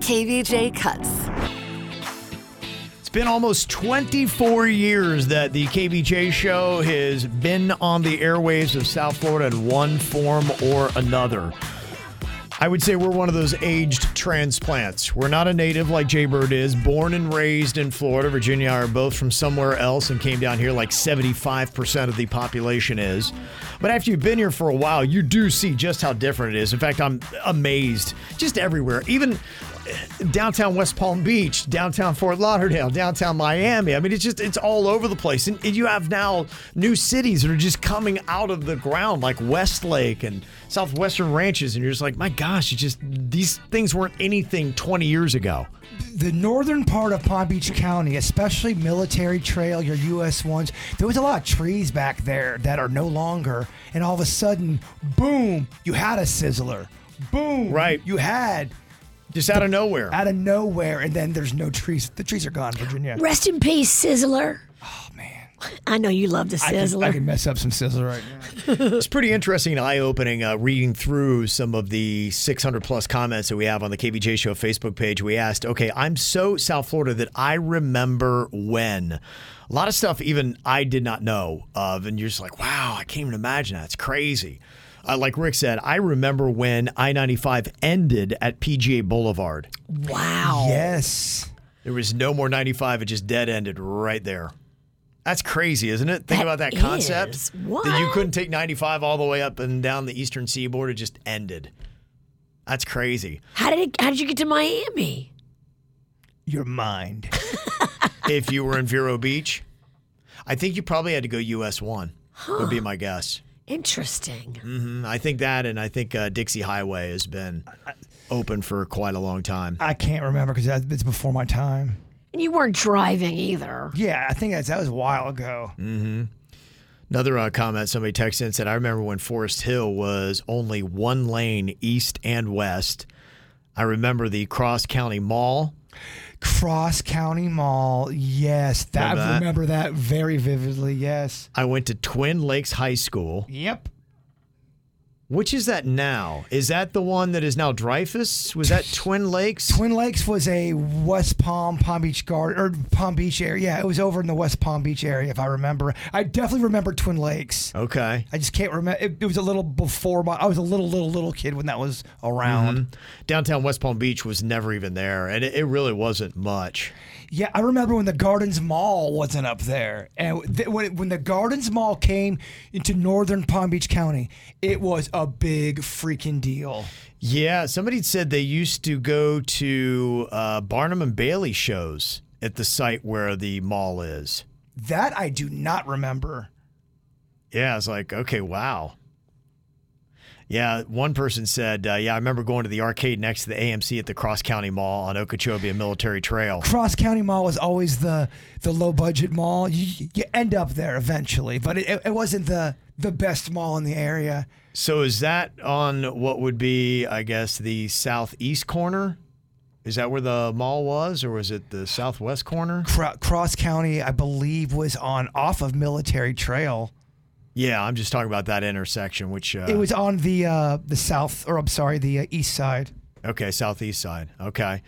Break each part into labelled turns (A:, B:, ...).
A: KVJ cuts.
B: It's been almost 24 years that the KBJ show has been on the airwaves of South Florida in one form or another. I would say we're one of those aged transplants. We're not a native like Jay Bird is, born and raised in Florida. Virginia and I are both from somewhere else and came down here like 75% of the population is. But after you've been here for a while, you do see just how different it is. In fact, I'm amazed just everywhere. Even downtown West Palm Beach, downtown Fort Lauderdale, downtown Miami. I mean, it's just it's all over the place, and, and you have now new cities that are just coming out of the ground, like Westlake and Southwestern Ranches, and you're just like, my gosh, it just these things weren't anything 20 years ago.
C: the northern part of Palm Beach County, especially Military Trail, your U.S. ones, there was a lot of trees back there that are no longer. And all of a sudden, boom, you had a sizzler. Boom.
B: Right.
C: You had
B: Just out of nowhere.
C: out of nowhere, and then there's no trees. The trees are gone, Virginia.
A: Rest in peace, Sizzler.
C: Oh, man.
A: I know you love the
C: I can, I
A: Sizzler.
C: can mess up some sizzler right now.
B: It's pretty interesting and eye opening uh, reading through some of the 600 plus comments that we have on the KBJ Show Facebook page. We asked, okay, I'm so South Florida that I remember when. A lot of stuff even I did not know of. And you're just like, wow, I can't even imagine that. It's crazy. Uh, like Rick said, I remember when I 95 ended at PGA Boulevard.
A: wow.
C: Yes.
B: There was no more 95. It just dead ended right there. That's crazy, isn't it? Think
A: That
B: about that concept.
A: is.
B: That you
A: What?
B: couldn't take 95 all the way up and down the eastern seaboard. It just ended. That's crazy.
A: How did it, how did you get to Miami?
C: Your mind.
B: if you were in Vero Beach, I think you probably had to go US 1, would be my guess.
A: Interesting.
C: Mm.
B: hmm I think that, and I think uh, Dixie Highway has been open for quite a long time.
C: I can't remember because it's before my time.
A: And you weren't driving either.
C: Yeah, I think that's, that was a while ago.
B: Another uh, comment somebody texted in said, I remember when Forest Hill was only one lane east and west. I remember the Cross County Mall.
C: Cross County Mall. Yes. That,
B: Remember
C: I
B: that?
C: remember that very vividly. Yes.
B: I went to Twin Lakes High School.
C: Yep.
B: Which is that now? Is that the one that is now Dreyfus? Was that Twin Lakes?
C: Twin Lakes was a West Palm, Palm Beach Garden, or Palm Beach area. Yeah, it was over in the West Palm Beach area, if I remember. I definitely remember Twin Lakes.
B: okay.
C: I just can't remember. It, it was a little before my. I was a little, little, little kid when that was around.
B: Mm-hmm. Downtown West Palm Beach was never even there, and it, it really wasn't much.
C: Yeah, I remember when the Gardens Mall wasn't up there, and th- when it, when the Gardens Mall came into northern Palm Beach County, it was a big freaking deal.
B: Yeah, somebody said they used to go to uh, Barnum and Bailey shows at the site where the mall is.
C: That I do not remember.
B: Yeah, I was like, okay, wow. Yeah, one person said, uh, yeah, I remember going to the arcade next to the AMC at the Cross County Mall on Okeechobee and Military Trail.
C: Cross County Mall was always the the low budget mall. You, you end up there eventually, but it, it wasn't the the best mall in the area.
B: So is that on what would be, I guess, the southeast corner? Is that where the mall was, or was it the southwest corner?
C: Cro- Cross County, I believe, was on off of Military Trail.
B: Yeah, I'm just talking about that intersection, which uh,
C: It was on the uh, the south, or I'm sorry, the uh, east side.
B: Okay, southeast side. Okay.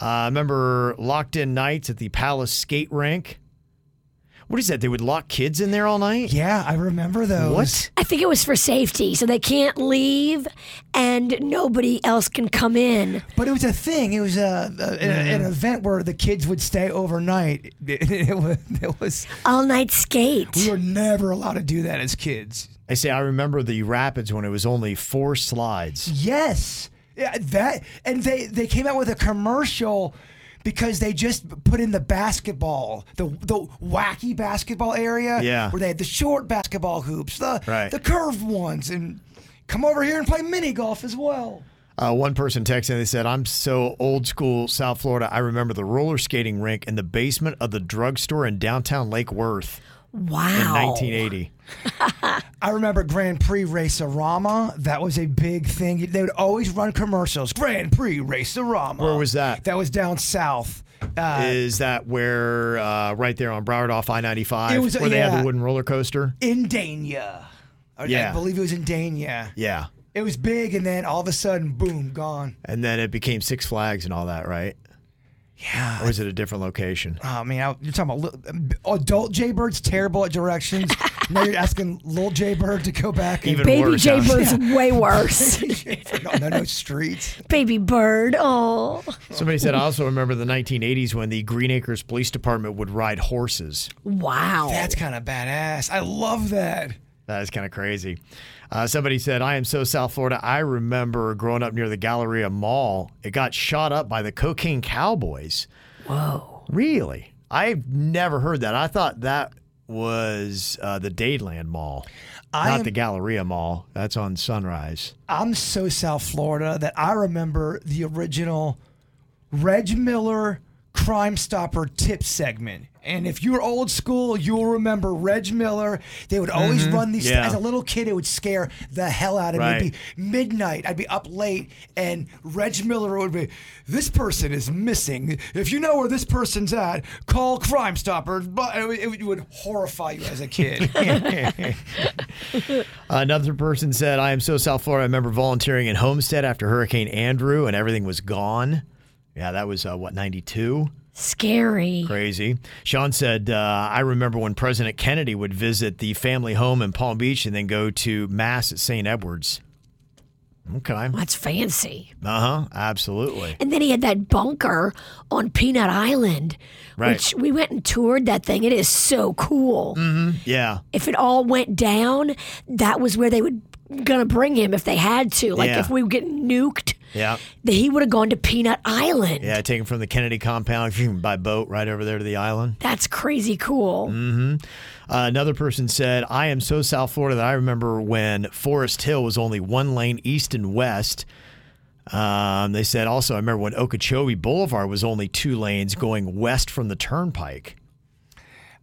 B: Uh, I remember locked in nights at the Palace skate rink. What is that? They would lock kids in there all night?
C: Yeah, I remember those.
B: What?
A: I think it was for safety, so they can't leave and nobody else can come in.
C: But it was a thing. It was a, a, a- an event where the kids would stay overnight. It, was, it was.
A: All night skate.
C: We were never allowed to do that as kids.
B: I say I remember the rapids when it was only four slides.
C: Yes. Yeah, that and they they came out with a commercial because they just put in the basketball, the the wacky basketball area.
B: Yeah.
C: Where they had the short basketball hoops, the
B: Right.
C: the curved ones, and come over here and play mini golf as well.
B: Uh, one person texted and they said, I'm so old school South Florida. I remember the roller skating rink in the basement of the drugstore in downtown Lake Worth in
A: wow.
B: 1980.
C: I remember Grand Prix Racerama. That was a big thing. They would always run commercials. Grand Prix Racerama.
B: Where was that?
C: That was down south. Uh,
B: Is that where, uh, right there on Broward off I 95,
C: It was-
B: where they had
C: yeah.
B: the wooden roller coaster?
C: in Dania. I-
B: Yeah.
C: I believe it was in Dania.
B: Yeah.
C: It was big, and then all of a sudden, boom, gone.
B: And then it became Six Flags and all that, right?
C: Yeah.
B: Or is it a different location?
C: Oh man, I- you're talking about uh, little, adult Jaybird's terrible at directions. now you're asking little Jaybird to go back. and-
B: Even
A: Baby
B: worse, huh?
A: Jaybirds way worse.
C: no, no, no streets.
A: Baby bird. Oh.
B: Somebody said, I also remember the 1980s when the Green Acres Police Department would ride horses.
A: Wow.
C: That's kind of badass. I love that.
B: That is kind of crazy. Uh, somebody said, I am so South Florida. I remember growing up near the Galleria Mall. It got shot up by the Cocaine Cowboys.
A: Whoa.
B: Really? I've never heard that. I thought that was uh, the Dadeland Mall,
C: I
B: not
C: am-
B: the Galleria Mall. That's on Sunrise.
C: I'm so South Florida that I remember the original Reg Miller Crime Stopper tip segment. And if you're old school, you'll remember Reg Miller. They would always run these.
B: Mm-hmm. Yeah.
C: As a little kid, it would scare the hell out of me.
B: Right.
C: It'd be midnight. I'd be up late, and Reg Miller would be, This person is missing. If you know where this person's at, call Crime Stopper. But it would- it would horrify you as a kid.
B: Another person said, I am so South Florida. I remember volunteering in Homestead after Hurricane Andrew and everything was gone. Yeah, that was, uh, what, 92?
A: Scary.
B: Crazy. Sean said, uh, I remember when President Kennedy would visit the family home in Palm Beach and then go to Mass at St. Edwards. Okay. Uh
A: That's fancy.
B: huh. Absolutely.
A: And then he had that bunker on Peanut Island,
B: Right.
A: which we went and toured that thing. It is so cool.
B: Mm. Yeah.
A: If it all went down, that was where they would gonna bring him if they had to. Like
B: Yeah.
A: if we were getting nuked,
B: Yeah.
A: that he would have gone to Peanut Island.
B: Yeah. Taken from the Kennedy compound by boat right over there to the island.
A: That's crazy cool.
B: Uh, another person said, I am so South Florida that I remember when Forest Hill was only one lane east and west. Um, they said also, I remember when Okeechobee Boulevard was only two lanes going west from the turnpike.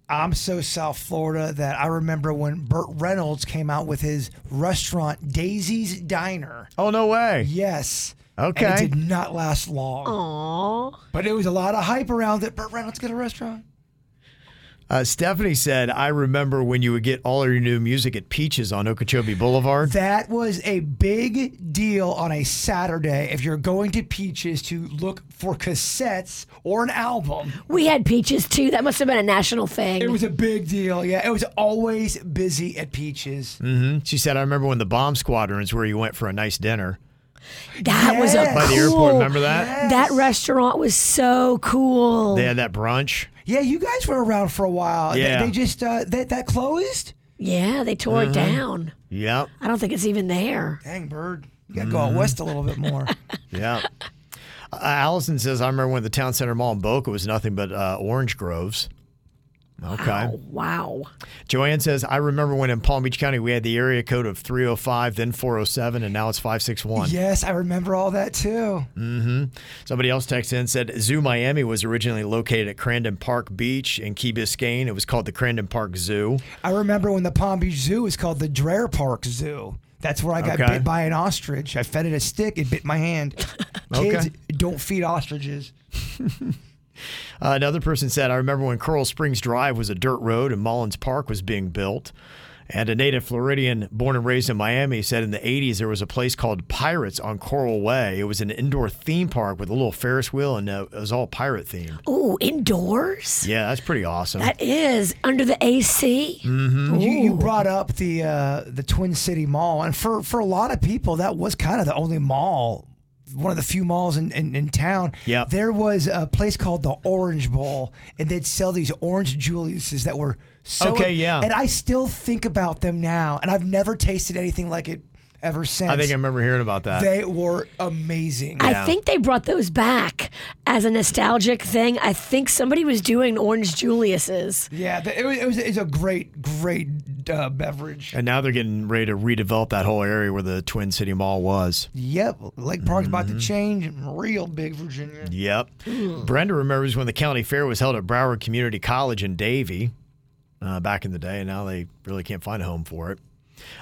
C: I'm so South Florida that I remember when Burt Reynolds came out with his restaurant Daisy's Diner.
B: Oh, no way.
C: Yes. And
B: Okay.
C: it did not last long.
A: Aw.
C: But it was a lot of hype around that Burt Reynolds got a restaurant.
B: Uh, Stephanie said, I remember when you would get all of your new music at Peaches on Okeechobee Boulevard.
C: That was a big deal on a Saturday if you're going to Peaches to look for cassettes or an album.
A: We had peaches too. That must have been a national thing.
C: It was a big deal. Yeah, it was always busy at Peaches.
B: Mm-hmm. She said, I remember when the bomb squadrons where you went for a nice dinner
A: that was a
C: Yes.
A: cool.
B: by the airport. Remember that?
A: That restaurant was so cool.
B: They had that brunch.
C: Yeah, you guys were around for a while. They-
B: Yeah.
C: They, just uh, that that closed.
A: yeah, they tore it
B: Mm-hmm.
A: down.
B: Yep.
A: I don't think it's even there.
C: Dang, Bird. You gotta go
B: Mm-hmm.
C: out west a little bit more.
B: Yeah. Uh, Allison says, I remember when the town center mall in Boca was nothing but uh, orange groves. Okay.
A: Oh, wow.
B: Joanne says, I remember when in Palm Beach County we had the area code of 305, then 407, and now it's 561.
C: Yes, I remember all that too.
B: Somebody else texted in and said, Zoo Miami was originally located at Crandon Park Beach in Key Biscayne. It was called the Crandon Park Zoo.
C: I remember when the Palm Beach Zoo was called the Dreher Park Zoo. That's where I got
B: Okay.
C: bit by an ostrich. I fed it a stick, it bit my hand. Kids
B: Okay.
C: don't feed ostriches.
B: Uh, another person said, I remember when Coral Springs Drive was a dirt road and Mullins Park was being built. And a native Floridian born and raised in Miami said in the 80s there was a place called Pirates on Coral Way. It was an indoor theme park with a little Ferris wheel and uh, it was all pirate themed.
A: Ooh, indoors?
B: Yeah, that's pretty awesome.
A: Oh, That is under the AC.
B: Mm.
C: You, you brought up the uh, the Twin City Mall, and for for a lot of people, that was kind of the only mall, one of the few malls in in, in town.
B: Yep.
C: there was a place called the Orange Bowl, and they'd sell these orange Juliuses that were so.
B: Okay, yeah.
C: And I still think about them now, and I've never tasted anything like it ever since.
B: I think I remember hearing about that.
C: they were amazing.
B: Yeah.
A: I think they brought those back as a nostalgic thing. I think somebody was doing Orange Julius's.
C: yeah, th- it was, it was it's a great great uh, beverage.
B: and now they're getting ready to redevelop that whole area where the Twin City Mall was.
C: Yep, Lake Park's about
B: Mm-hmm.
C: to change. Real big Virginia.
B: Yep.
A: Hmm.
B: Brenda remembers when the county fair was held at Broward Community College in Davie uh, back in the day, and now they really can't find a home for it.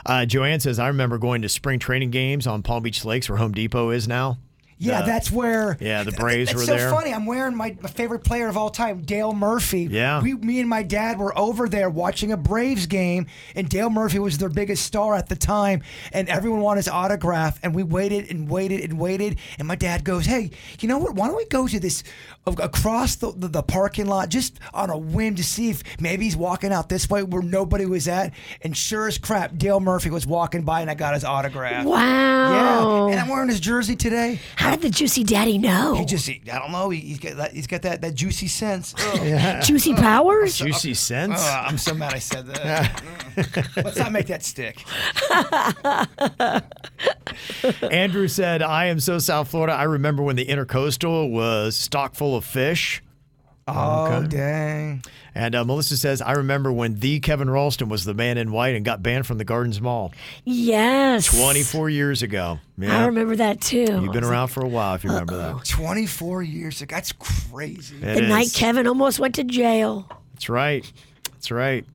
B: Uh, Joanne says, I remember going to spring training games on Palm Beach Lakes where Home Depot is now.
C: Yeah, that's where.
B: yeah, the Braves
C: it's
B: were
C: so
B: there.
C: funny. I'm wearing my, my favorite player of all time, Dale Murphy.
B: Yeah.
C: We, me and my dad were over there watching a Braves game, and Dale Murphy was their biggest star at the time, and everyone wanted his autograph, and we waited and waited and waited, and my dad goes, "Hey, you know what? Why don't we go to this a- across the, the, the parking lot just on a whim to see if maybe he's walking out this way where nobody was at?" And sure as crap, Dale Murphy was walking by, and I got his autograph.
A: Wow.
C: Yeah, and I'm wearing his jersey today.
A: How did the Juicy Daddy know?
C: He just, he- I don't know. He, he's got that, he's got that, that juicy sense. Ugh.
A: Juicy Powers?
B: Juicy sense.
A: uh.
C: Ugh, Oh, I'm so mad I said that. Mm. Let's not make that stick.
B: Andrew said, I am so South Florida. I remember when the intercoastal was stock full of fish.
C: Oh, dang.
B: And uh, Melissa says, I remember when the Kevin Ralston was the man in white and got banned from the Gardens Mall
A: Yes.
B: 24 years ago.
A: I
B: Yeah.
A: remember that too.
B: You've been around for a while if you remember that.
C: 24 years ago. That's crazy.
B: It
A: the night
B: is.
A: Kevin almost went to jail.
B: That's right. That's right.